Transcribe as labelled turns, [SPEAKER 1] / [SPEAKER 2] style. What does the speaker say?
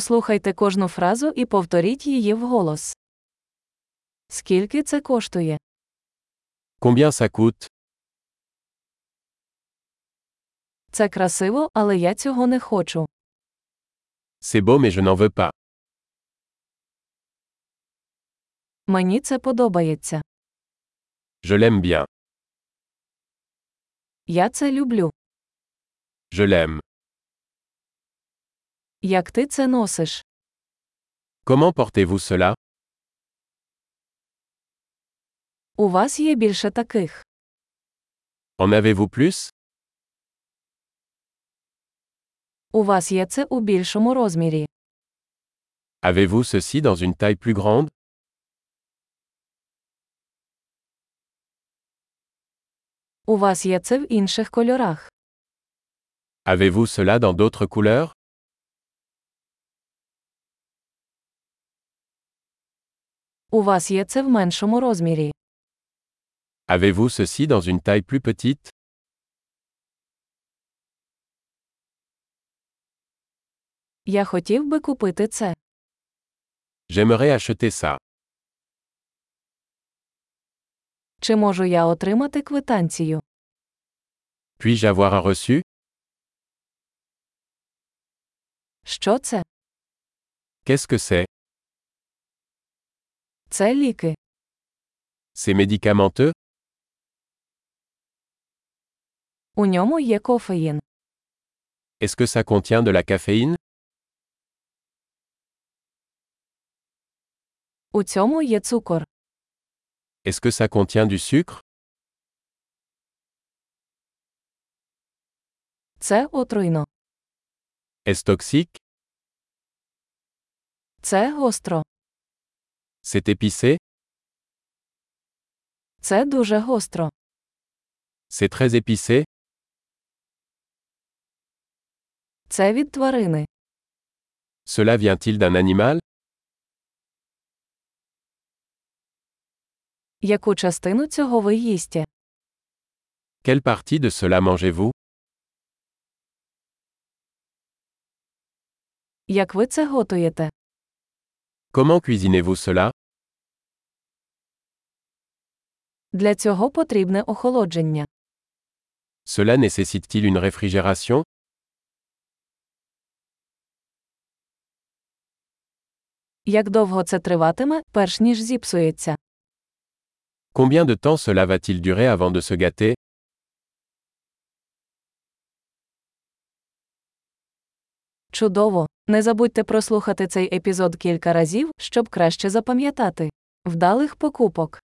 [SPEAKER 1] Послухайте кожну фразу і повторіть її вголос. Скільки це коштує?
[SPEAKER 2] Combien ça coûte
[SPEAKER 1] Це красиво, але я цього не хочу.
[SPEAKER 2] C'est beau mais je n'en veux pas.
[SPEAKER 1] Мені це подобається.
[SPEAKER 2] Je l'aime bien.
[SPEAKER 1] Я це люблю.
[SPEAKER 2] Je l'aime.
[SPEAKER 1] Як ти це носиш?
[SPEAKER 2] Comment portez-vous cela
[SPEAKER 1] У вас є більше таких.
[SPEAKER 2] En avez-vous plus
[SPEAKER 1] У вас є це у більшому розмірі.
[SPEAKER 2] Avez-vous ceci dans une taille plus grande
[SPEAKER 1] У вас є це в інших кольорах.
[SPEAKER 2] Avez-vous cela dans d'autres couleurs
[SPEAKER 1] У вас є це в меншому розмірі.
[SPEAKER 2] Avez-vous ceci dans une taille plus petite
[SPEAKER 1] Я хотів би купити це.
[SPEAKER 2] J'aimerais acheter ça.
[SPEAKER 1] Чи можу я отримати квитанцію?
[SPEAKER 2] Puis-je avoir un reçu
[SPEAKER 1] Що це?
[SPEAKER 2] Qu'est-ce que c'est
[SPEAKER 1] Це ліки.
[SPEAKER 2] C'est médicamenteux
[SPEAKER 1] У ньому є кофеїн.
[SPEAKER 2] Est-ce que ça contient de la caféine
[SPEAKER 1] У цьому є цукор.
[SPEAKER 2] Est-ce que ça contient du sucre
[SPEAKER 1] Це отруйно.
[SPEAKER 2] Est-ce toxique
[SPEAKER 1] Це гостро.
[SPEAKER 2] C'est épicé
[SPEAKER 1] Це дуже гостро.
[SPEAKER 2] C'est très épicé
[SPEAKER 1] Це від тварини.
[SPEAKER 2] Cela vient-il d'un animal
[SPEAKER 1] Яку частину цього ви їсте?
[SPEAKER 2] Quelle partie de cela mangez-vous
[SPEAKER 1] Як ви це готуєте?
[SPEAKER 2] Comment cuisinez-vous cela
[SPEAKER 1] Для цього потрібне охолодження.
[SPEAKER 2] Cela nécessite-t-il une réfrigération
[SPEAKER 1] Як довго це триватиме, перш ніж зіпсується?
[SPEAKER 2] Combien de temps cela va-t-il durer avant de se gâter
[SPEAKER 1] Чудово! Не забудьте прослухати цей епізод кілька разів, щоб краще запам'ятати. Вдалих покупок!